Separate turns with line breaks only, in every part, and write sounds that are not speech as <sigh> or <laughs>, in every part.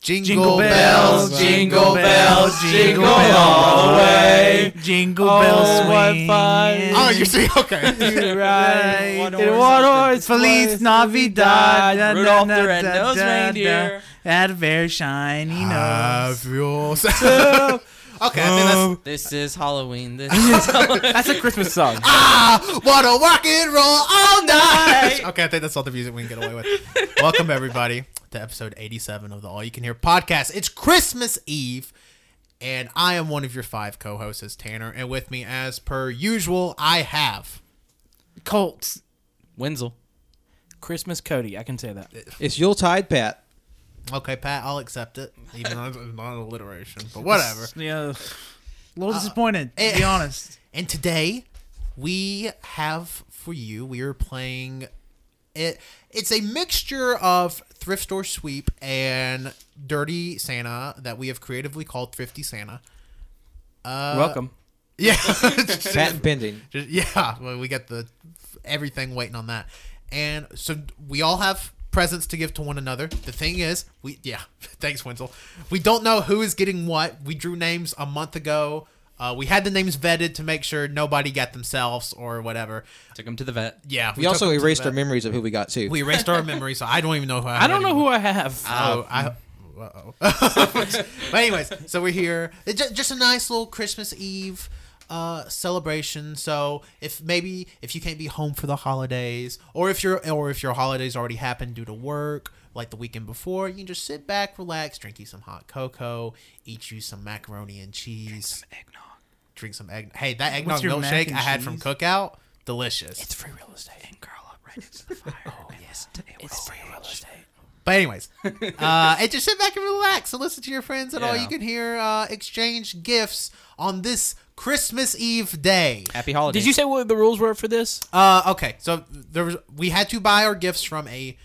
Jingle,
Jingle
bells,
bells,
jingle bells, jingle
bells
all the way.
Jingle
Oh,
bells
what
swing.
fun.
Oh, you're singing. Okay. <laughs>
Right.
<laughs> Right.
In one horse,
Feliz
place,
Navidad. Da, da,
Rudolph the
da, da,
red-nosed
da,
reindeer.
da. Had a very shiny
Have <laughs>
nose.
yourself- okay, I think that's.
Oh, This is Halloween.
<laughs>
This is Halloween.
That's a
<laughs>
Christmas song.
Ah, wanna rock and roll <laughs> all night.
night.
okay, I think that's all the music we can get away with. Welcome everybody to episode 87 of the All You Can Hear podcast. It's Christmas Eve, and I am one of your five co-hosts, Tanner, and with me, as per usual, I have.
Colts.
Wenzel.
Christmas Cody, I can say that.
It's Yuletide, Pat.
Okay, Pat, I'll accept it, even though it's not alliteration, but whatever.
Yeah. A little disappointed, to
eh.
be honest.
And today we have for you, we are playing it it's a mixture of thrift store sweep and dirty Santa that we have creatively called Thrifty Santa.
Uh, Welcome.
Yeah.
Patent pending.
Just- <laughs> yeah, well, we got the everything waiting on that. And so we all have presents to give to one another. The thing is, we yeah, <laughs> thanks Wenzel. We don't know who is getting what. We drew names a month ago. Uh, we had the names vetted to make sure nobody got themselves or whatever.
Took him to the vet.
Yeah,
We,
took
also
them to
erased
the
our
vet.
memories of who we got too.
We erased our memory, so I don't even know who I,
I don't know who I
Uh,
have.
Oh, I.
Ah.
uh-oh. <laughs> but anyways, so we're here. It's ju- just a nice little Christmas Eve uh, celebration. So if maybe if you can't be home for the holidays, or if your or if your holidays already happened due to work, like the weekend before, you can just sit back, relax, drink you some hot cocoa, eat you some macaroni and cheese, drink some eggnog. Hey, that eggnog
What's your mac
milkshake I
and
had from
cheese?
Cookout, delicious.
free real estate. And girl up right into the fire. oh, yes. It's free real estate.
But anyways, uh, and just sit back and relax and listen to your friends and all.
Yeah.
You can hear uh, exchange gifts on this Christmas Eve day.
Happy holidays.
Did you say what the rules were for this?
Uh, okay, so there was we had to buy our gifts from a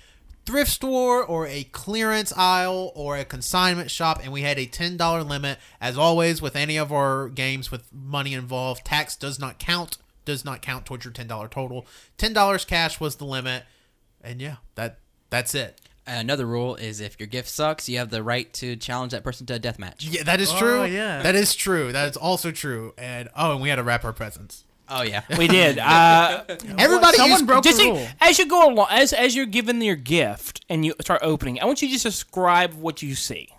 thrift store or a clearance aisle or a consignment shop, and we had a ten dollar limit. As always, with any of our games with money involved, tax does not count. Does not count towards your ten dollar total. Ten dollars cash was the limit, and yeah, that that's it.
Another rule is if your gift sucks, you have the right to challenge that person to a death match.
Yeah, that is
Oh,
true.
yeah.
That is true. That is also true. And oh, and we had to wrap our presents.
Oh yeah.
We did.
<laughs>
Uh,
Everybody
Someone
used-
broke
just
the
think-
rule.
as you go along, as as you're given your gift and you start opening, I want you to just describe what you see.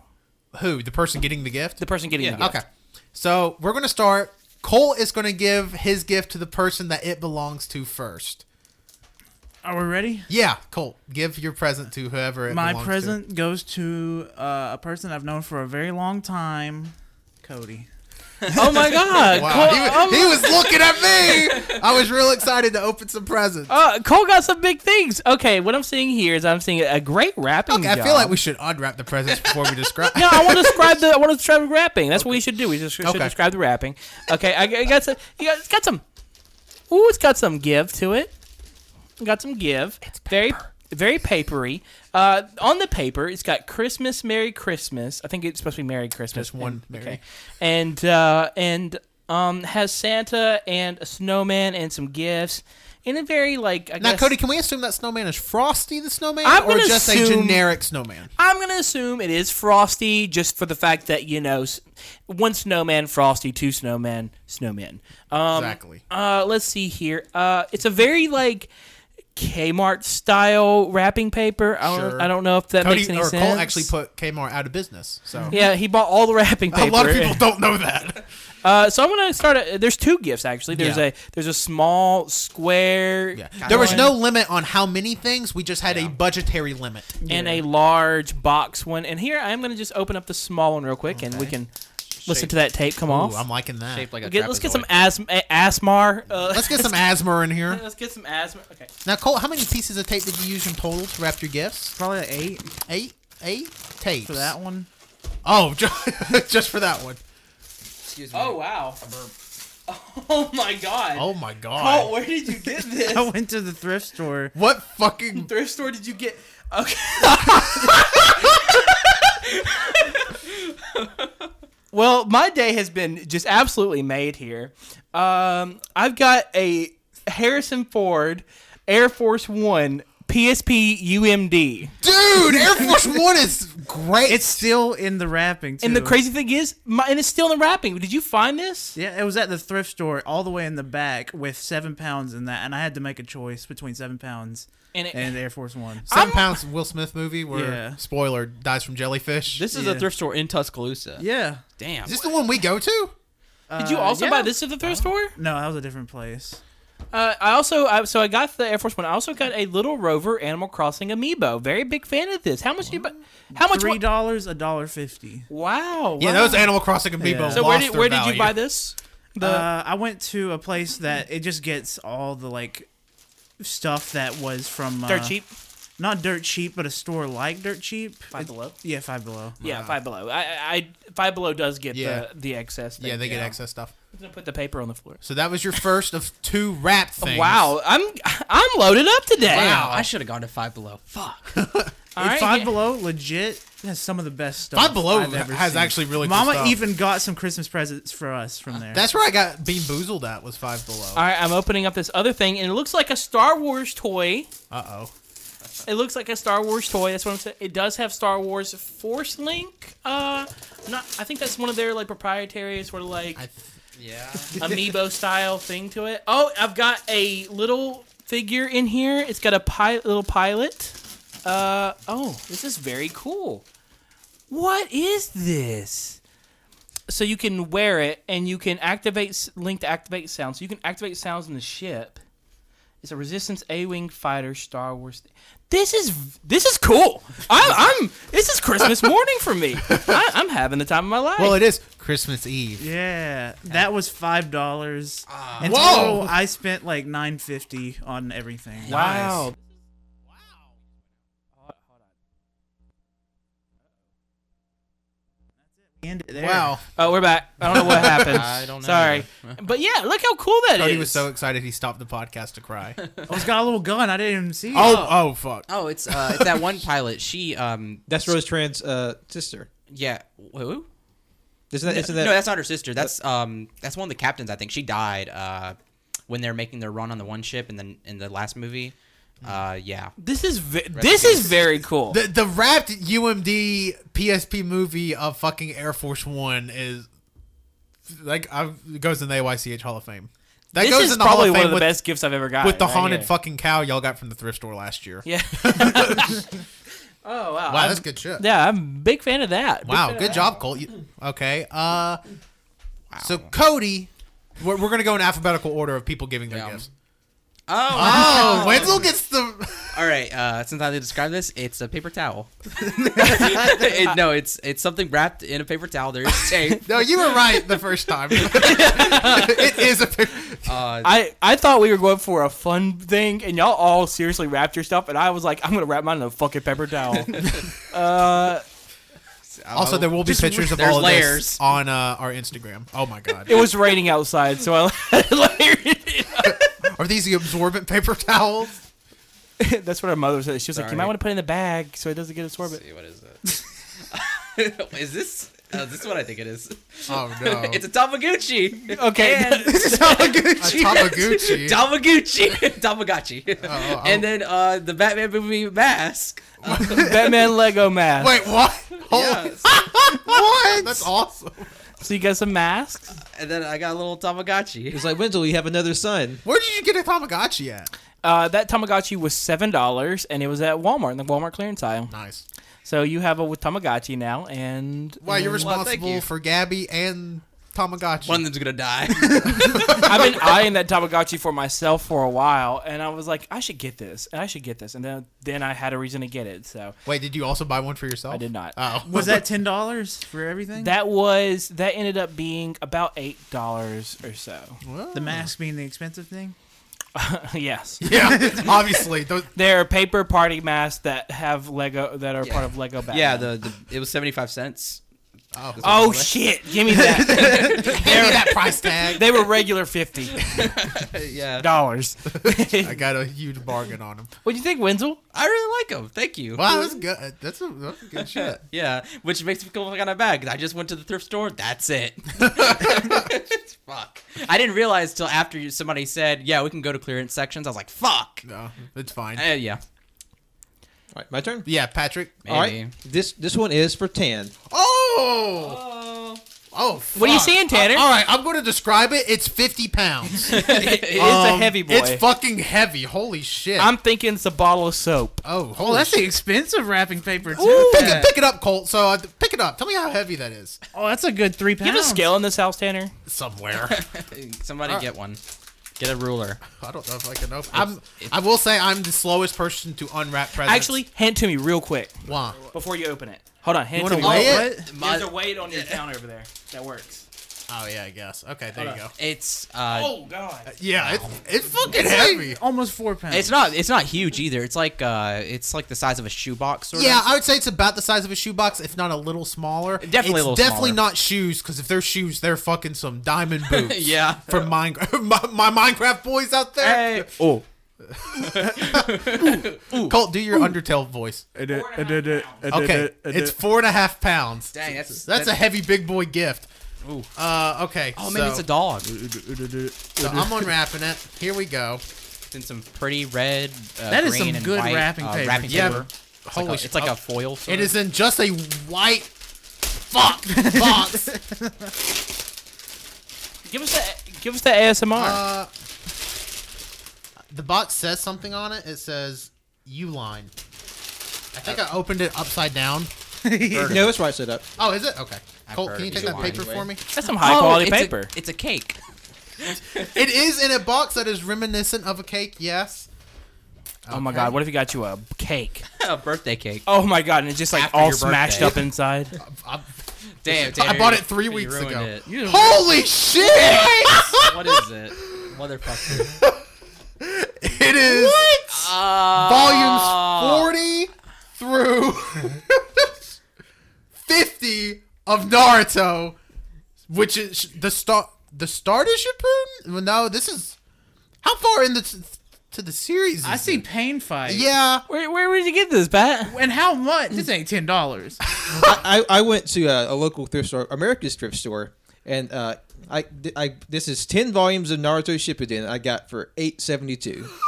who? The person getting the gift?
The person getting the gift.
Okay. So we're gonna start. Cole is gonna give his gift to the person that it belongs to first.
Are we ready?
Yeah, Cole, give your present to whoever it
My
belongs to.
present goes to uh, a person I've known for a very long time, Cody.
<laughs>
Oh my God!
Wow,
Cole,
he,
oh
was, he was looking at
<laughs>
me. I was real excited to open some presents.
Uh, Cole got some big things. Okay, what I'm seeing here is I'm seeing a great wrapping
Okay, I feel
job.
like we should unwrap the presents before we describe.
<laughs> No, I want to describe the. I want to describe the wrapping. That's what we should do. We just should
Okay.
describe the wrapping. Okay, I, I got some. You got, it's got some. Ooh, it's got some give to it. Got some give. It's very, very papery. Uh, on the paper, it's got Christmas, Merry Christmas. I think it's supposed to be Merry Christmas.
Just one
And,
Merry.
Okay. And uh, and um, has Santa and a snowman and some gifts in a very like. I
Now,
guess,
Cody, can we assume that snowman is Frosty the snowman,
I'm
or
gonna
just a
assume-
generic snowman?
I'm gonna assume it is Frosty, just for the fact that you know, s- one snowman, Frosty, two snowman, snowman. Um,
Exactly.
Uh, let's see here. Uh, it's a very like Kmart style wrapping paper. I don't,
Sure.
I don't know if that
Cody
makes any
or
sense.
Cole actually put Kmart out of business. So
Yeah, he bought all the wrapping paper.
<laughs> a lot of people don't know that.
Uh, so I'm gonna start. A, there's two gifts actually. There's
Yeah.
a there's a small square.
There was
one
no limit on how many things. We just had a budgetary limit.
and a large box one. And here I'm gonna just open up the small one real quick, and we can listen to that tape come
Ooh,
off.
I'm liking that.
<laughs> Shaped like a
Get- let's get some
trapezoid.
asm- a- asmar. <laughs> Uh,
<laughs> Let's get some asthma in here.
let's get some asthma. Okay.
Now, Cole, how many pieces of tape did you use in total to wrap your gifts?
Probably like eight
Eight, eight tapes.
for that one.
Oh, <laughs> just, just for that one.
Excuse
Oh wow. <laughs> Oh my god.
Oh my god.
Paul, where did you <laughs> get this?
I <laughs> went to the thrift store.
what fucking?
Thrift store? Did you get? Okay. <laughs> well, my day has been just absolutely made here. Um, I've got a Harrison Ford Air Force One PSP UMD.
Dude, Air Force One is great.
It's still in the wrapping. Too.
And the crazy thing is, my, and it's still in wrapping. Did you find this?
Yeah, it was at the thrift store, all the way in the back, with seven pounds in that, and I had to make a choice between seven pounds
And it-
and Air Force One.
7
I'm-
pounds Will Smith movie where
Yeah.
spoiler dies from jellyfish.
This is a
Yeah.
thrift store in Tuscaloosa.
yeah.
Damn.
is this the one we go to?
Did you
Uh,
also
yeah.
buy this at the thrift
Oh.
store?
No, that was a different place.
Uh, I also I, so I got the Air Force One. I also got a Little Rover Animal Crossing amiibo. Very big fan of this. How much? You, bu- how much?
Three
wa-
dollars, a dollar fifty.
wow.
Yeah,
wow.
those Animal Crossing amiibo.
Yeah.
So
lost
where did
their
where did you
value.
buy this? The
Uh, I went to a place that it just gets all the like stuff that was from uh,
dirt cheap.
not dirt cheap, but a store like dirt cheap.
Five Below?
Yeah, five below.
Yeah, Five Below. I, I I- Five Below does get
Yeah.
the the excess. Thing.
Yeah, they get
excess.
excess stuff.
I'm gonna put the paper on the floor.
So that was your first of two rap things.
Oh, Wow, I'm I'm loaded up today.
Wow, I should have gone to Five Below. Fuck.
<laughs> All
Dude,
right,
Five
yeah.
Below legit has some of the best stuff.
Five Below
I've ever
has
seen.
actually really good
Mama
stuff. Uh,
even got some Christmas presents for us from there.
That's where I got bean boozled at was five below.
All right, I'm opening up this other thing, and it looks like a Star Wars toy.
Uh oh.
It looks like a Star Wars toy. That's what I'm saying. It does have Star Wars Force Link. Uh, not. I think that's one of their like proprietary sort of like
yeah.
amiibo style thing to it. Oh, I've got a little figure in here. It's got a pi- little pilot. Uh, oh, this is very cool. What is this? So you can wear it and you can activate s- link to activate sounds. So you can activate sounds in the ship. It's a Resistance A-wing fighter Star Wars. This is this is cool. I, I'm this is Christmas morning
<laughs>
for me. I, I'm having the time of my life.
Well, it is Christmas Eve.
yeah, that was five dollars. and
Uh, Whoa!
total, I spent like nine fifty on everything.
wow.
And there.
Wow.
Oh, we're back. I don't know what happened.
<laughs> I don't know.
Sorry. But yeah, look how cool that is.
Cody was so excited he stopped the podcast to
<laughs>
cry.
Oh, it's got a little gun. I didn't even see. it.
oh, oh, fuck.
Oh, it's uh, it's that one pilot. She um,
That's Rose Tran's uh, sister.
yeah. Who?
Isn't that? Isn't that?
No, that's not her sister. That's um, that's one of the captains. I think she died uh, when they're making their run on the one ship in the in the last movie. Uh, yeah.
This is ve- this is very cool.
The the wrapped UMD PSP movie of fucking Air Force One is like i goes in the AYCH Hall of Fame. That
This
goes
is
in the Hall
probably
of
one of
Fame
the
with,
best gifts I've ever gotten.
with the
right
haunted
here.
fucking cow y'all got from the thrift store last year.
Yeah.
<laughs>
oh wow.
Wow,
I'm-
that's good shit.
yeah, I'm a big fan of that. Big
Wow,
fan of
good
that.
job, Colt. You- okay. Uh, So Cody, we're, we're gonna go in alphabetical order of people giving their
Yeah.
gifts.
Oh.
Oh, Wenzel gets the.
All right. Uh, since I describe this, it's a paper <laughs> towel. It- no, it's it's something wrapped in a paper towel. There's <laughs> tape.
No, you were right the first time. <laughs> it is a. pic-
Uh,
I, I thought we were going for a fun thing, and y'all all seriously wrapped your stuff, and I was like, I'm gonna wrap mine in a fucking paper towel. uh,
Also, there will be
Just-
pictures of
there's
all of
layers.
this on uh, our Instagram. Oh my god,
it was raining outside, so I <laughs> layered it
are these the absorbent paper towels?
up. That's what our mother said. She was like, you
Sorry.
might want to put it in the bag so it doesn't get
<laughs>
absorbent.
let's see, what is it? <laughs> is this uh, this is what I think it is? <laughs>
Oh no,
it's a <laughs> Tamaguchi.
Okay. <laughs>
And-
a
<laughs>
Tamaguchi.
Tamaguchi, Tamagotchi,
oh.
and then uh, the Batman movie mask. Uh,
Batman Lego mask.
Wait, what? Holy-
yes.
<laughs> what? That's awesome.
So you got some masks?
and then I got a little Tamagotchi.
it's like Wenzel, you have another son.
Where did you get a Tamagotchi at?
Uh, that Tamagotchi was seven dollars, and it was at Walmart in the Walmart clearance aisle.
Nice.
So you have a with Tamagotchi now, and
Wow, you're
and
Well, thank
responsible
you.
for Gabby and Tamagotchi.
One of them's gonna die.
I've been eyeing that Tamagotchi for myself for a while, and I was like, I should get this, and I should get this, and then then I had a reason to get it. So
Wait, did you also buy one for yourself?
I did not.
Oh,
Was that ten dollars for everything?
That was that ended up being about eight dollars or so. <laughs>
Well,
the mask being the expensive thing.
yes,
<laughs>
<laughs>
yeah, obviously. Those,
there are paper party masks that have Lego that are part of Lego Batman.
<laughs> yeah, the, the it was seventy five cents.
oh,
oh shit! Give me that.
Give me that price
<laughs>
tag.
they were regular fifty
<laughs> yeah,
dollars.
I got a huge bargain on them.
What'd you think, Wenzel?
I really like them. Thank you.
Wow, that's good. That's a, that's a good
<laughs>
shit.
Yeah, which makes me feel kind of bad 'cause I just went to the thrift store. That's <laughs> it. fuck. I didn't realize till after you- somebody said, "Yeah, we can go to clearance sections." I was like, "Fuck."
No, it's fine.
Uh, yeah.
All right, my turn.
Yeah, Patrick.
Maybe.
All right, this this one is for Tan.
Oh. Oh,
What are you
fuck.
seeing, Tanner?
Uh, all right, I'm going to describe it. It's 50 pounds.
It's a
Um,
heavy boy.
It's fucking heavy. Holy shit.
I'm thinking it's a bottle of soap.
oh,
Oh,
holy
that's the
shit.
expensive wrapping paper too.
Pick it, pick it up, Colt. So uh, pick it up. Tell me how heavy that is.
Oh, that's a good three
Do
pounds.
you have a scale in this house, Tanner? <laughs>
Somewhere.
Somebody
All right.
get one. Get a ruler.
I don't know if I can open. I'm. I will say I'm the slowest person to unwrap presents.
Actually, hand it to me real quick
Why?
before you open it. Hold on, hand
You
it to
wanna
me.
weigh
Oh,
it?
what?
There's a weight on your counter over there. That works.
Oh yeah, I guess. Okay, there you go.
It's uh,
Oh God.
Yeah, it's it's fucking heavy.
Almost four pounds.
it's not it's not huge either. It's like uh, it's like the size of a shoebox. Sort
Yeah,
of.
I would say it's about the size of a shoebox, if not a little smaller.
Definitely a
It's
little
definitely
smaller.
not shoes, because if they're shoes, they're fucking some
<laughs>
diamond boots.
Yeah.
from Minecraft, <laughs> my, my Minecraft boys out there.
Hey. Oh.
Colt, do your Undertale <laughs> voice.
uh,
Okay, it's four and a half pounds.
Dang, that's
That's a heavy big boy gift.
Ooh.
Uh, okay.
Oh, maybe
so-
it's a dog.
so I'm unwrapping it. Here we go.
It's in some pretty red. Uh,
That is
green
some
and
good
white,
wrapping
uh,
paper.
Wrapping
Yeah.
paper. It's
Holy
like a,
shit. Oh.
It's like a foil. Sort
It
of.
is in just a white
<laughs>
fuck box.
Give us the give us the ASMR.
Uh, the box says something on it. It says "Uline." I think I opened it upside down.
No, it's right side up.
Oh, is it? Okay. Colt,
heard
can you
of
take that
Uline.
paper for me?
<laughs>
That's some high
Oh,
quality
it's a-
paper.
it's a cake.
It is in a box that is reminiscent of a cake.
<laughs>
Yes.
Oh my
Okay.
God. What if he got you a cake?
<laughs> a birthday cake.
Oh my God. And it's just like
After
all
your
smashed
birthday.
up inside.
I-
<laughs> Damn,
I
Tanner,
bought
you-
it three
you
weeks
ruined
ago.
it.
You-
Holy shit!
<laughs> what is it? Motherfucker.
It is volumes forty through fifty of Naruto, which is the star. The start is Shippuden. Well, no, this is how far in the to the series. Is
I see
it?
pain fight.
Yeah,
<laughs> Where where did you get this, Bat?
And how much? This ain't ten
<laughs>
dollars.
I, I I went to uh, a, a local thrift store, America's thrift store, and uh, I, I this is ten volumes of Naruto Shippuden. I got for eight seventy two.
<laughs>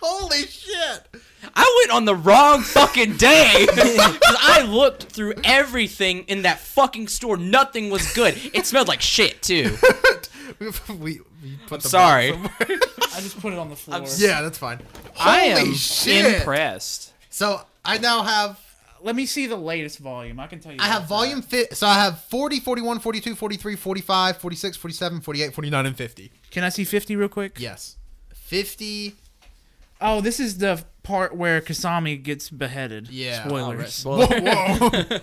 holy shit!
I went on the wrong fucking
<laughs>
day. 'Cause I looked through everything in that fucking store. Nothing was good. It smelled like shit too.
We, we, we put the
Sorry.
I just put it on the floor.
Yeah, that's fine.
I
Holy
am
shit.
impressed.
So I now have
Let me see the latest volume. I can tell you.
I have
about
volume fi- so I have 40, 41, 42, 43, 45, 46, 47, 48, 49 and 50.
that. Can I see fifty real quick?
Yes. 50.
Oh, this is the part where Kasami gets beheaded.
Yeah.
Spoilers.
<laughs> Whoa,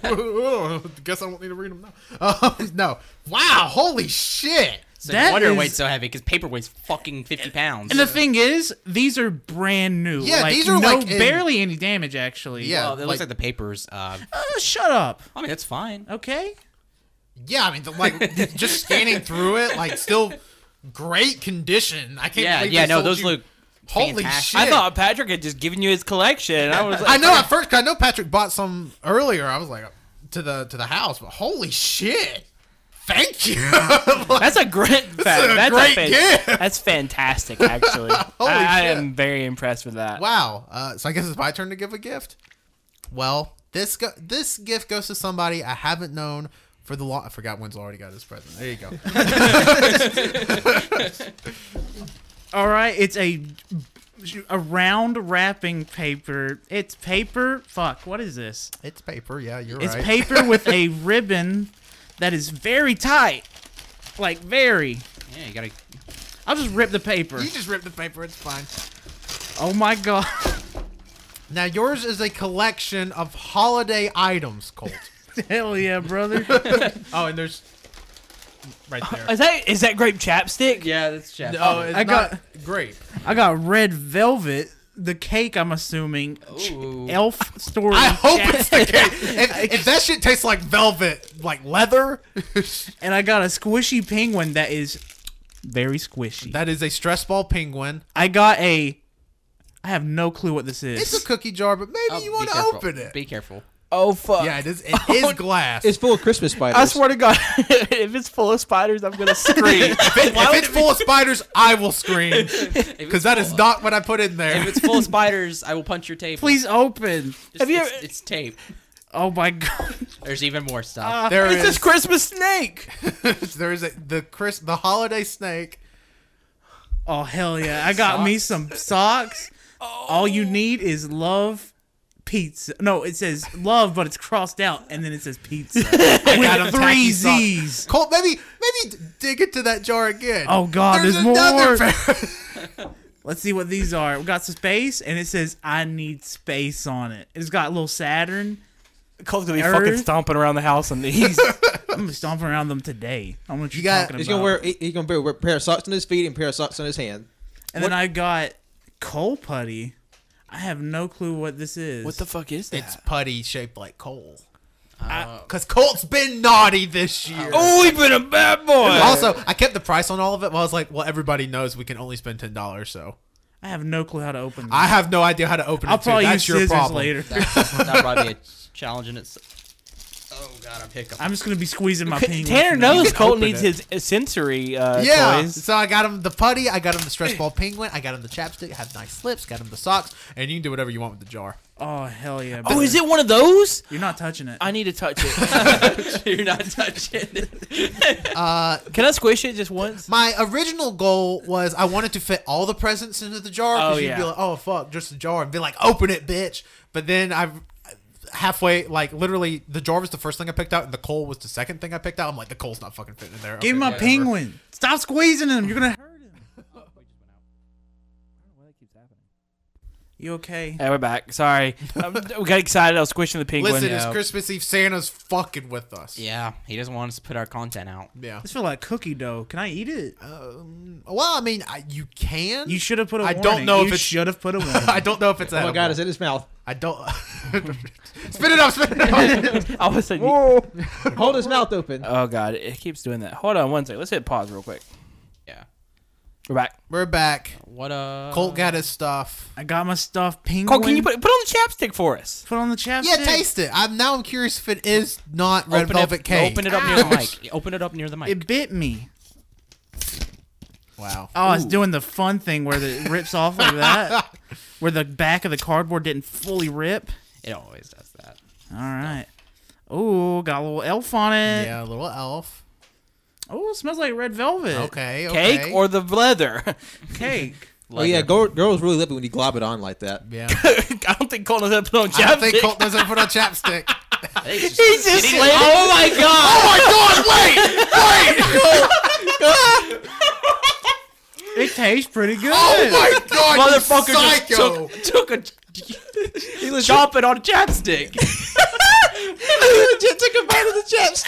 whoa. <laughs> Guess I won't need to read them now. Uh, no. Wow, holy shit.
So
That
no wonder
is-
it weight's so heavy because paper weighs fucking fifty pounds.
And the thing is, these are brand new.
Yeah,
like,
these are,
no,
like, in-
barely any damage actually.
Yeah.
well, Oh, it looks
like-
like the papers. Uh,
Uh, shut up.
I mean, that's fine.
Okay.
Yeah, I mean the- like <laughs> just scanning through it like still great condition. I can't
Yeah,
believe
yeah.
they
No,
sold
those
you-
look.
Holy shit.
fantastic.
I thought Patrick had just given you his collection. I was like,
I know at first 'cause I know Patrick bought some earlier. I was like to the to the house, but holy shit. Thank you. <laughs> Like,
<laughs> That's a great. That's,
a
that's
great
fan-
gift. <laughs>
That's fantastic, actually. I,
Holy
I
shit.
am very impressed with that.
Wow. Uh, so I guess it's my turn to give a gift. Well, this go- this gift goes to somebody I haven't known for the long. I forgot when's already got his present. There you
<laughs>
go.
All right, it's a a round wrapping paper. It's paper. Fuck, what is this?
it's paper. Yeah, you're
It's
right.
paper with a ribbon that is very tight. Like very.
Yeah, you gotta.
I'll just rip the paper.
<laughs> You just ripped the paper. It's fine.
Oh my god. <laughs>
Now yours is a collection of holiday items,
<laughs>
Colt.
Hell yeah, brother.
<laughs> oh, and there's right there.
Is that is that grape chapstick?
Yeah, that's Jeff.
oh, it's
I got-
not grape.
I got red velvet, the cake I'm assuming. Ch-
Ooh.
Elf
<laughs>
story.
I hope it's
<laughs>
the case. If, if that shit tastes like velvet, like
<laughs>
leather,
and I got a squishy penguin that is very squishy.
that is a stress ball penguin.
I got a I have no clue what this is.
It's a cookie jar, but maybe
Oh,
you
be
want to
careful.
open it.
Be careful.
Oh fuck!
Yeah, it is. It
<laughs>
is glass.
It's full of Christmas spiders.
I swear to God, <laughs> if it's full of spiders, I'm gonna scream. <laughs>
if it- if <laughs> it's full of spiders, I will scream because that is not what I put in
If
there.
it's full of spiders, I will punch your table.
Please open.
Just-
Have you
it's,
ever-
it's tape.
Oh my <laughs> god.
There's even more <laughs>
<laughs>
stuff.
There
it's this
is
Christmas snake.
<laughs> there is a, the Chris the holiday snake.
Oh hell yeah! I got me some socks. All you
Oh.
need is love pizza. No, it says love, but it's crossed out, and then it
<laughs>
says pizza
got 'em
with three
tacky socks.
Z's.
Colt, maybe maybe dig into that jar again.
Oh, God, there's more.
pair.
Let's see what these are. We got some space, and it says I need space on it. It's got a little Saturn.
Cole's gonna be
Nerd.
fucking stomping around the house
<laughs>
on these.
I'm gonna stomp around them today. I don't know what
You
you're
got-
talking
He's
about.
gonna wear. he- He's gonna wear a pair of socks on his feet and a pair of socks on his hand.
and then I got coal putty. I have no clue what this is.
what the fuck is that?
It's putty shaped like coal. Because Uh, Colt's been naughty this year.
oh, we've been a bad boy.
Also, I kept the price on all of it. But I was like, well, everybody knows we can only spend ten dollars, so
I have no clue how to open. This.
I have no idea how to open it.
I'll probably
too.
use
That's your
scissors
problem.
later.
That'll probably be a challenge in itself. Oh god, I'm <laughs> hiccup.
I'm just gonna be squeezing my
C-
fingers.
Tanner
now.
knows Cole
open
needs his uh, sensory uh,
Yeah.
toys.
So I got him the putty. I got him the stress ball penguin. I got him the chapstick. Have nice lips. Got him the socks. And you can do whatever you want with the jar.
Oh hell yeah!
Oh,
brother.
is it one of those?
You're not touching it.
I need to touch it. <laughs>
<laughs> You're not touching it.
Can I squish it just once?
My original goal was I wanted to fit all the presents into the jar. 'cause
Oh,
you'd
yeah.
Be like, oh fuck, just the jar, and be like, open it, bitch. But then I halfway, like literally, the jar was the first thing I picked out, and the coal was the second thing I picked out. I'm like, the coal's not fucking fitting in there.
Give
Okay,
him a
whatever.
penguin. Stop squeezing him. You're gonna hurt <laughs> him. You okay?
Hey, we're back. Sorry, Um, we got excited. I was squishing the penguin.
Listen, it's
Yeah.
Christmas Eve. Santa's fucking with us.
Yeah, he doesn't want us to put our content out.
Yeah.
This feel like cookie dough. Can I eat it?
Um, well, I mean, I, you can. <laughs>
You should have put a
I
warning.
don't know if
you
it's-
should have put a warning.
I don't know if it's.
Oh my god, it's in his mouth.
I don't. <laughs> spit it up. Spit it up.
<laughs> All of a sudden, you-
Hold his mouth open.
oh god, it keeps doing that. Hold on one second. Let's hit pause real quick.
Yeah.
We're back.
We're back.
What uh
Colt got his stuff.
I got my stuffed penguin.
Cole, can you put put on the chapstick for us?
put on the chapstick?
Yeah, taste it. I'm now. I'm curious if it is not red
open
velvet
it,
cake.
Open it up near the mic. Open it up near the mic.
It bit me.
Wow.
Oh, it's doing the fun thing where the, it rips off like that, where the back of the cardboard didn't fully rip.
It always does that.
All right. Oh, got a little elf on it.
Yeah, a little elf.
Oh, smells like red velvet.
Okay. okay.
Cake or the leather? <laughs>
Cake.
Oh yeah, girl, girls really love it when you glob it on like that.
Yeah.
I don't think Cole knows how to put on
I don't think
chapstick.
Colt doesn't put on chapstick.
He's just-
He's just slammed- Oh my god!
oh my god! Wait.
<laughs> It tastes pretty good.
Oh my god! you
Motherfucker just
psycho.
took, took <laughs> a chop it on a chapstick. <laughs>
<laughs>
Just took a bite of the chips.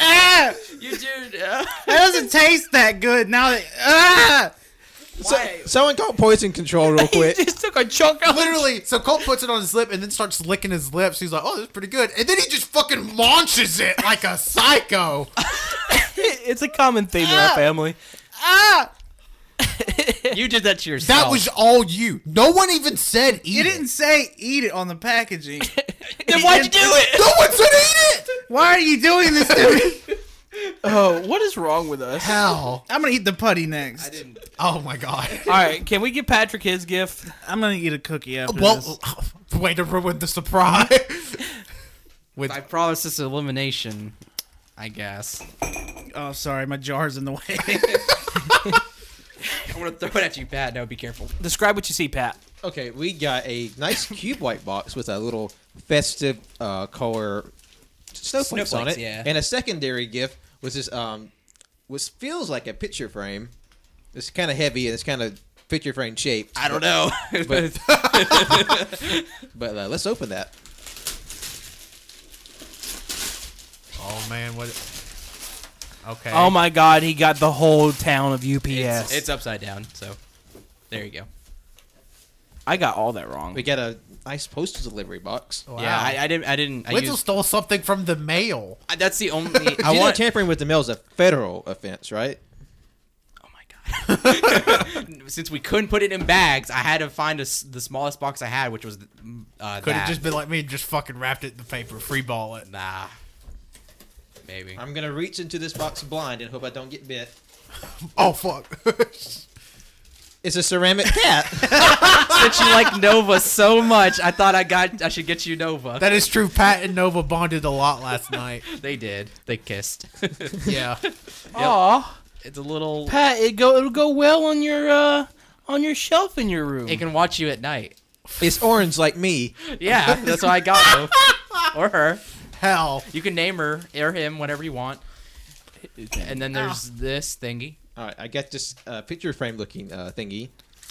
Ah,
you dude. Uh,
it doesn't taste that good. Now that ah,
Someone call poison control real quick.
<laughs> just took a chunk
<laughs>
out.
Literally, so Colt puts it on his lip and then starts licking his lips. He's like, "Oh, this is pretty good," and then he just fucking launches it like a psycho.
<laughs> It's a common theme in our family.
<laughs> you did that to yourself.
That
<laughs>
was all you. No one even said eat
you didn't say eat it on the <laughs> packaging.
Then why'd you do it?
No one said eat it.
Why are you doing this to <laughs> me?
<laughs> Oh, what is wrong with us?
Hell.
I'm gonna eat the putty next.
Oh my god.
All right, can we give Patrick his gift?
I'm gonna eat a cookie after this.
Well, <laughs> way to ruin the surprise. With
I promise this elimination. I guess.
Oh, sorry, my jar's in the way. <laughs>
I want to throw it at you, Pat. No, be careful.
Describe what you see, Pat.
Okay, we got a
<laughs>
nice cube white box with a little festive uh, color snowflakes, on
Snowflakes,
it,
yeah.
and a secondary gift was this um, which feels like a picture frame. It's kind of heavy and it's kind of picture frame shaped.
I don't <laughs> know.
But, but uh, let's open that.
oh man, what? Okay.
Oh my God, he got the whole town of UPS.
it's, it's upside down, so there you go.
I got all that wrong.
We got a nice postal delivery box.
Wow.
Yeah, Oh, I, I didn't. I didn't. I
Wenzel
used,
stole something from the mail.
I- that's the only.
I
<laughs> I
want
want.
tampering with the mail is a federal offense, right?
Oh my god. Since we couldn't put it in bags, I had to find a s the smallest box I had, which was uh,
Could
that.
have just been like me and just fucking wrapped it in the paper, free ball it.
nah. <laughs> Maybe.
I'm gonna reach into this box blind and hope I don't get bit.
Oh fuck. <laughs>
It's
<laughs>
a ceramic cat.
Since you like Nova so much, I thought I got I should get you Nova.
that is true. Pat and Nova bonded a lot last night.
they did. They kissed.
<laughs> Yeah.
Aw,
<laughs> it's a little.
Pat, it go it'll go well on your uh on your shelf in your room.
It can watch you at night.
it's orange like me.
Yeah, that's why I got her. or her.
Hell.
You can name her or him, whatever you want. And then there's this thingy.
All right, I got this uh, picture frame looking uh, thingy.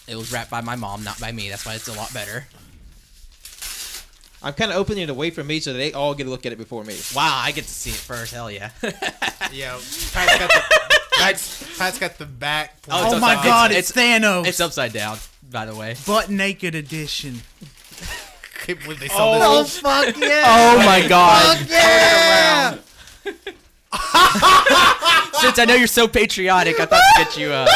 It was wrapped by my mom, not by me. That's why it's a lot better.
I'm kind of opening it away from me so they all get a look at it before me.
Wow, I get to see it first. Hell yeah. <laughs>
Yeah. Pat's got the, Pat's, Pat's got the back.
Oh, it's
oh my
upside-
god,
it's-
it's, Thanos.
it's upside down, by the way.
butt naked edition.
I can't believe they saw this.
<laughs> fuck yeah.
oh my god.
yeah!
Since I know you're so patriotic, I thought to get you. Uh,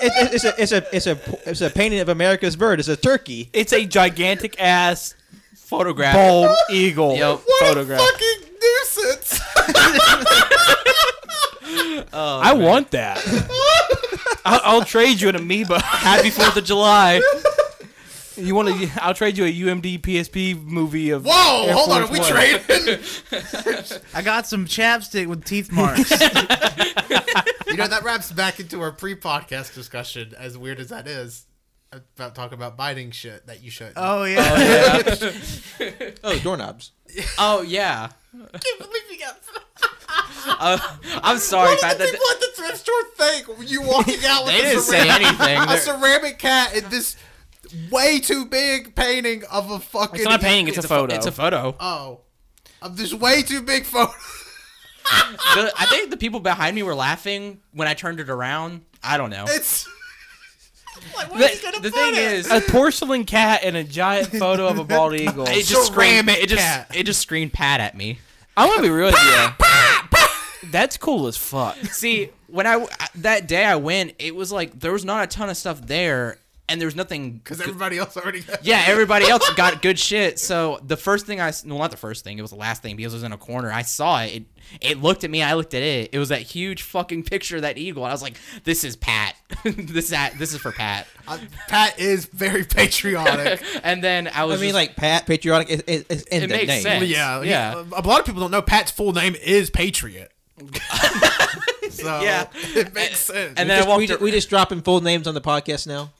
It- it- it's, a, it's a it's a it's a painting of America's bird. It's a turkey.
It's a gigantic ass
photograph.
bald <laughs> eagle
Yep.
photograph.
Fucking nuisance.
I want that. <laughs> I'll, I'll trade you an amoeba.
Happy Fourth of July.
You want to? I'll trade you a UMD PSP movie of.
Whoa, hold on. Are we
Force
trading?
Oh, I got some chapstick with <laughs> teeth marks. Oh,
you know, that wraps back into our pre podcast discussion, as weird as that is, about talking about biting shit that you shouldn't.
oh yeah.
Oh, doorknobs.
Oh yeah.
I can't believe you got. <laughs>
Uh, I'm sorry,
What
Pat.
did the
That,
people at the thrift store think? You walking out with
they
a
didn't say
ceramic-
anything.
a
They're-
ceramic cat and this way too big painting of a fucking.
It's not a painting. It's, a
pho-
photo.
It's a photo.
Oh, of this way too big photo. <laughs>
The- I think the people behind me were laughing when I turned it around. I don't know.
It's. like, where you
The,
gonna
the
put
thing
it?
is,
a porcelain cat and a giant photo of a
<laughs>
bald eagle.
it just screamed.
ceramic
It just
cat.
it just screamed Pat at me.
I'm gonna be real with you. That's cool
<laughs>
as fuck.
See, when I that day I went, it was like there was not a ton of stuff there, and there was nothing.
because everybody else already. Got
yeah, everybody <laughs> else got good shit. So the first thing I s- well, not the first thing, it was the last thing because it was in a corner. I saw it. It, it looked at me. I looked at it. It was that huge fucking picture of that eagle. And I was like, this is Pat. <laughs> this that this is for <laughs> Pat.
Uh, Pat is very patriotic.
and then I
I
was
mean,
just-
like Pat, patriotic. It, it, it's in
It
the
makes
name.
sense.
yeah, he-
Yeah.
a lot of people don't know Pat's full name is
<laughs>
Patriot. so
Yeah.
it makes sense.
and
We
then I
just,
walked.
we, just, we just dropping full names on the podcast now.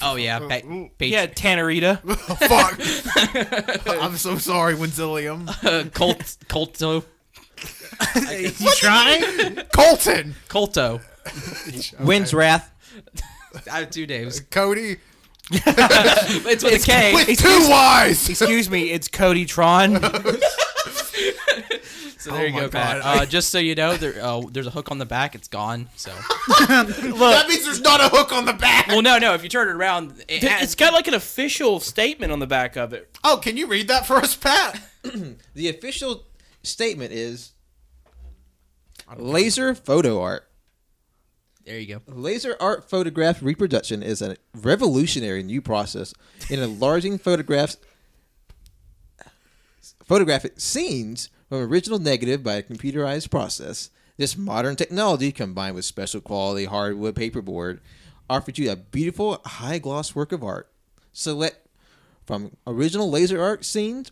oh yeah, Pat.
Yeah, Tannerita.
fuck, I'm so sorry, Wenzillium.
uh, Colt, Colto,
you trying?
Colton,
Colto.
Wind's Wrath.
I have two <laughs> names.
Cody,
It's with a <laughs> K.
with two Y's.
Excuse me, it's Cody Tron.
<laughs>
<laughs> Oh
So there you
my
go, Pat.
God.
Uh, just so you know, there, uh, there's a hook on the back. It's gone. So.
That means there's not a hook on the back.
Well, no, no. If you turn it around, it has,
it's got like an official statement on the back of it.
Oh, can you read that for us, Pat?
The official statement is laser photo art.
there you go.
Laser art photograph reproduction is a revolutionary new process in enlarging photographs photographic scenes from original negative by a computerized process. This modern technology, combined with special quality hardwood paperboard, offers you a beautiful high gloss work of art. Select from original laser art scenes,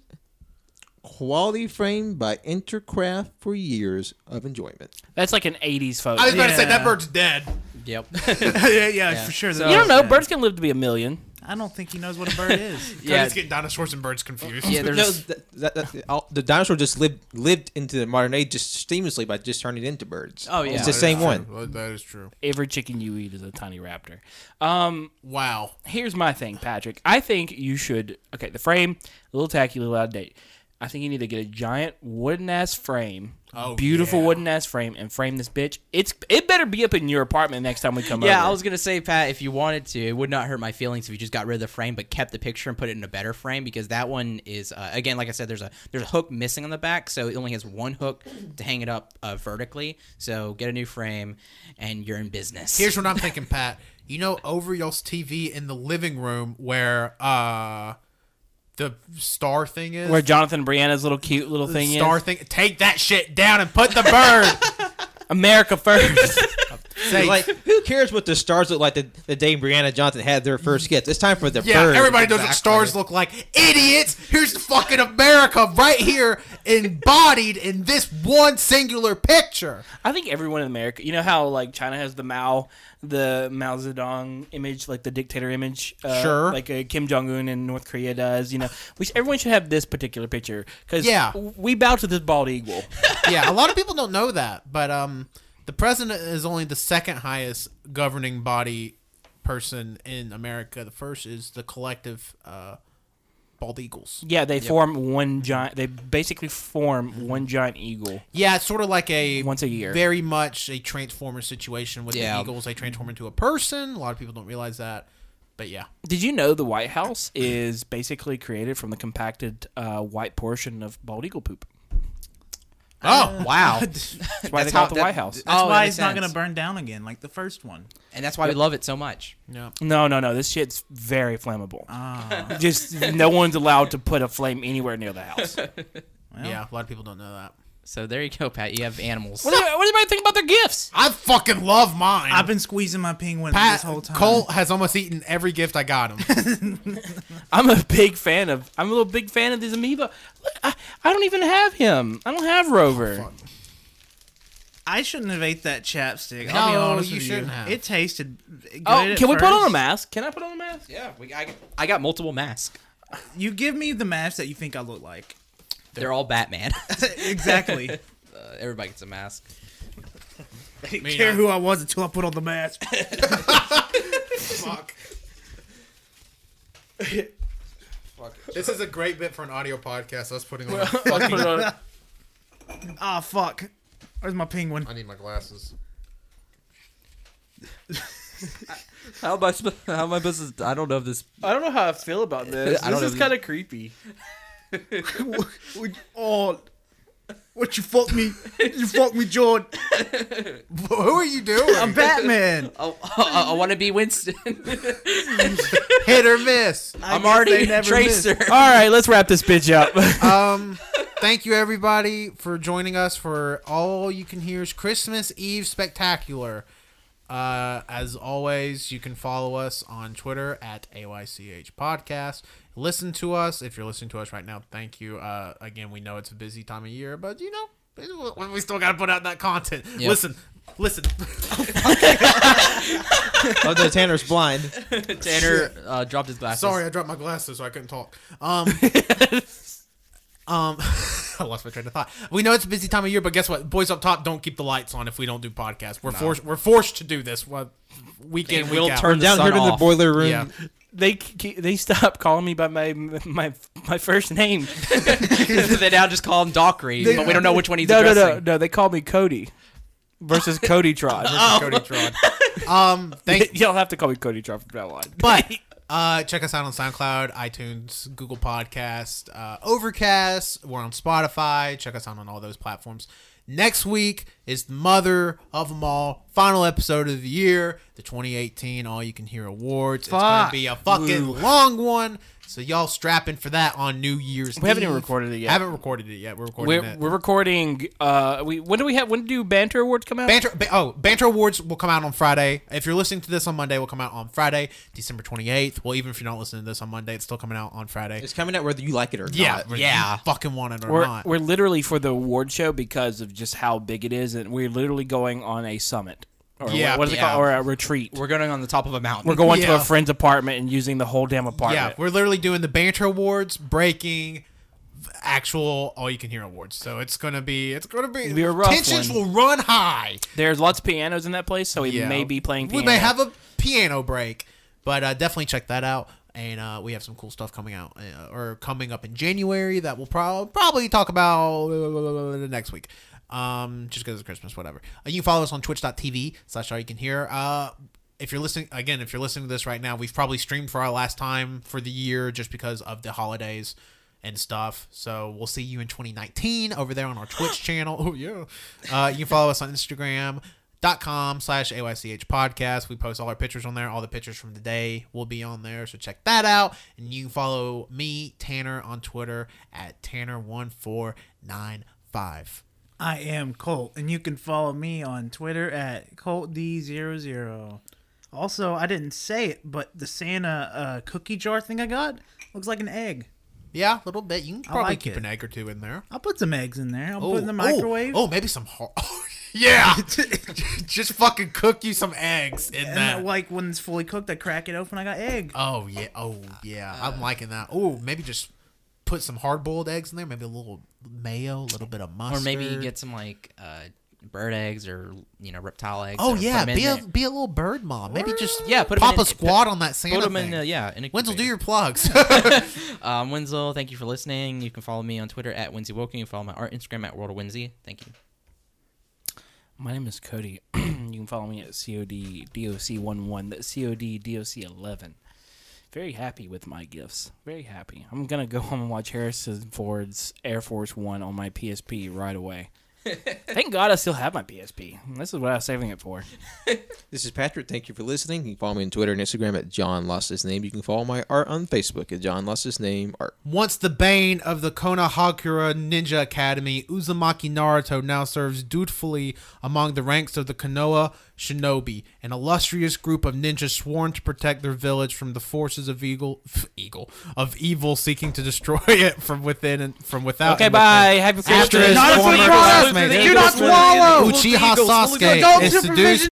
quality framed by Intercraft for years of enjoyment.
That's like an '80s photo.
I was about to say that
Yeah.
bird's dead.
<laughs> Yep.
<laughs> yeah, yeah, for sure.
Oh,
you don't know. Birds can live to be a million.
I don't think he knows what a bird <laughs> is.
Yeah,
yeah.
Cody's getting dinosaurs and birds confused.
Yeah.
No,
There's.
th- that, that, all, the dinosaur just lived lived into the modern age just seamlessly by just turning into birds.
Oh, yeah.
it's the same one.
<laughs> Well, that is true.
<laughs> Every chicken you eat is a tiny raptor. Um,
Wow.
here's my thing, Patrick. I think you should. Okay, the frame, a little tacky, a little out of date. I think you need to get a giant wooden ass frame,
Oh,
beautiful
yeah.
wooden ass frame, and frame this bitch. It's it better be up in your apartment next time we come over.
Yeah, I was gonna say, Pat, if you wanted to, it would not hurt my feelings if you just got rid of the frame, but kept the picture and put it in a better frame because that one is uh, again, like I said, there's a there's a hook missing on the back, so it only has one hook to hang it up uh, vertically. So get a new frame, and you're in business.
Here's what I'm thinking, Pat. You know, over y'all's TV in the living room where uh the star thing is.
where Jonathan and Brianna's little cute little
The
thing
star
is.
thing. Take that shit down and put the bird.
America first.
Say,
<laughs>
Like, who cares what the stars look like the, the day Brianna Johnson had their first kiss? It's time for the
yeah,
bird.
everybody knows what stars look like. Idiots. Here's fucking America right here, embodied in this one singular picture.
I think everyone in America, you know how like China has the Mao, the Mao Zedong image, like the dictator image. Uh,
Sure.
Like uh, Kim Jong Un in North Korea does. You know, we sh- everyone should have this particular picture because
Yeah.
we bow to this
<laughs>
bald eagle.
yeah, a lot of people don't know that, but um, the president is only the second highest governing body person in America. The first is the collective uh, bald eagles.
yeah, they form one giant. They basically form one giant eagle.
Yeah, it's sort of like a
Once a year.
very much a transformer situation with
Yeah.
the eagles. They transform into a person. A lot of people don't realize that, but yeah,
Did you know the White House is basically created from the compacted uh, white portion of bald eagle poop?
oh
<laughs>
wow,
That's why
That's
they call
how-
it the
that-
White House.
That's
Oh, that
why
makes
it's not
sense.
going to burn down again like the first one.
and that's why we love it so much.
yeah.
No, no, no. This shit's very flammable. <laughs> Just no one's allowed to put a flame anywhere near the house. what,
Yeah, a lot of people don't know that.
So there you go, Pat. You have animals.
do, what do you think about their gifts?
I fucking love mine.
I've been squeezing my penguin
Pat
this whole time.
Cole has almost eaten every gift I got
<laughs>
him.
I'm a big fan of. I'm a little big fan of these amoeba. Look, I, I don't even have him. I don't have Rover.
I shouldn't have ate that chapstick.
No,
I'll be honest
you
with
shouldn't
you.
have.
It tasted good
oh, can
at
we put on a
first.
mask? Can I put on a mask?
yeah, we, I, I got multiple masks.
You give me the mask that you think I look like. <laughs>
They're all Batman. <laughs>
exactly.
uh, everybody gets a mask.
I didn't care who I was until I put on the mask.
Fuck. This is a great bit for an audio podcast. Us putting on.
<laughs>
Put it on-
Ah, fuck. Where's my penguin?
I need my glasses.
How am I? How am I supposed? I don't know if this.
I don't know how I feel about
<laughs>
this.
I don't
this is
know.
kind of creepy.
Would- Oh, what you fuck me? <laughs> You fuck me, Jordan.
<laughs> Who are you doing?
I'm Batman.
Oh, I want to be Winston.
Hit or miss.
I
I'm
guess
already
they never
Tracer.
miss.
<laughs> All right, let's wrap this bitch up.
Um, thank you everybody for joining us for all you can hear is Christmas Eve spectacular. Uh, as always, you can follow us on Twitter at AYCH Podcast. Listen to us if you're listening to us right now. Thank you. Uh, again, we know it's a busy time of year, but you know we- we still got to put out that content. Listen, listen. <laughs>
Oh, no, Tanner's
<laughs>
blind.
<laughs> Tanner uh, dropped his glasses.
Sorry, I dropped my glasses, so I couldn't talk.
<laughs>
Um, um, <laughs> I lost my train of thought. We know it's a busy time of year, but guess what? Boys up top don't keep the lights on if we don't do podcasts. We're forced. We're forced to do this. What week in,
They
week
will
out.
turn the
Down
sun
here to the
off.
boiler room.
yeah,
they ke- they stopped calling me by my my my first <laughs> name.
<laughs>
<laughs>
they now just call him Dockery, but we don't know which one he's
no, no,
addressing.
no, no. They called me Cody versus <laughs> Cody Trot.
Oh.
Cody Trod. Um, thank.
You'll have to call me Cody Trot from now on.
But uh, check us out on SoundCloud, iTunes, Google Podcast, uh, Overcast. We're on Spotify. Check us out on all those platforms. Next week is the mother of them all, final episode of the year, the 2018 All You Can Hear Awards. It's going
Fuck.
to be a fucking long one. So y'all strapping for that on New Year's.
We haven't even
Eve.
recorded it yet.
Haven't recorded it yet. We're recording
We're,
it.
we're recording. Uh, we when do we have? When do Banter Awards come out?
Banter, ba- oh, Banter Awards will come out on Friday. If you're listening to this on Monday, will come out on Friday, December 28th. Well, even if you're not listening to this on Monday, it's still coming out on Friday.
It's coming out whether you like it or
yeah,
not.
yeah. fucking want it or
we're,
not.
we're literally for the award show because of just how big it is, and we're literally going on a summit. Or
Yeah,
what, what is
yeah.
it called? Or a retreat. We're,
We're going on the top of a mountain.
going to
Yeah.
a friend's apartment and using the whole damn
yeah,
apartment.
we're literally doing the Banter Awards, breaking actual all you can hear awards. So it's gonna be it's gonna be,
Be a rough
tensions
one.
will run high.
There's lots of pianos in that place, so we
Yeah.
may be playing.
We
Piano.
may have a piano break, but uh, definitely check that out. and uh, we have some cool stuff coming out uh, or coming up in January that we'll pro- probably talk about uh, next week. Um, just because it's Christmas, whatever. Uh, you can follow us on twitch.tv slash all you can hear. Uh, if you're listening again, if you're listening to this right now, we've probably streamed for our last time for the year just because of the holidays and stuff. So we'll see you in 2019 over there on our Twitch channel. <laughs> Oh yeah. Uh, you can follow us on Instagram dot com slash AYCH podcast. We post all our pictures on there. All the pictures from today will be on there. So check that out. And you can follow me, Tanner, on Twitter at Tanner1495.
I am Colt, and you can follow me on Twitter at ColtD00. Also, I didn't say it, but the Santa uh, cookie jar thing I got looks like an egg.
Yeah, a little bit. You can probably
like
keep
it.
an egg or two in there.
I'll put some eggs in there. I'll put it in the
Oh,
microwave.
<laughs> Oh, oh, maybe some hard.
<laughs>
yeah. Just fucking cook you some eggs in
and
that.
like when it's fully cooked, I crack it open. I got egg.
Oh yeah. Oh yeah.
Uh,
I'm liking that. Oh, maybe just put some hard boiled eggs in there. Maybe a little mayo, a little bit of
or
mustard.
maybe you get some like uh, bird eggs or you know reptile eggs.
Oh
or
yeah,
put 'em in
be a
there.
be a little bird mom. Maybe just
Yeah, put 'em
pop
in
a
an-
squad on that Santa
Put them
thing.
in, uh, yeah. In a
Wenzel, do
incubator.
your plugs. <laughs>
Um, Wenzel, thank you for listening. You can follow me on Twitter at Wenzel Wilkin. You can follow my art Instagram at World of Wenzel. Thank you.
My name is Cody. <clears throat> you can follow me at CODDOC11. That's CODDOC11. Very happy with my gifts. Very happy. I'm going to go home and watch Harrison Ford's Air Force One on my PSP right away. Thank God I still have my PSP. This is what I was saving it for.
This is Patrick. Thank you for listening. You can follow me on Twitter and Instagram at John Lost His Name. You can follow my art on Facebook at John Lost His Name Art.
Once the bane of the Konohagura Ninja Academy, Uzumaki Naruto now serves dutifully among the ranks of the Konoha Shinobi, an illustrious group of ninjas sworn to protect their village from the forces of eagle, eagle of <laughs> evil seeking to destroy <laughs> it from within and from without.
Okay,
and within.
bye. Happy Christmas.
Asterisk,
Not a
former
food product.
classmate,
Do not swallow.
Uchiha Sasuke
Adult
is
supervision
seduced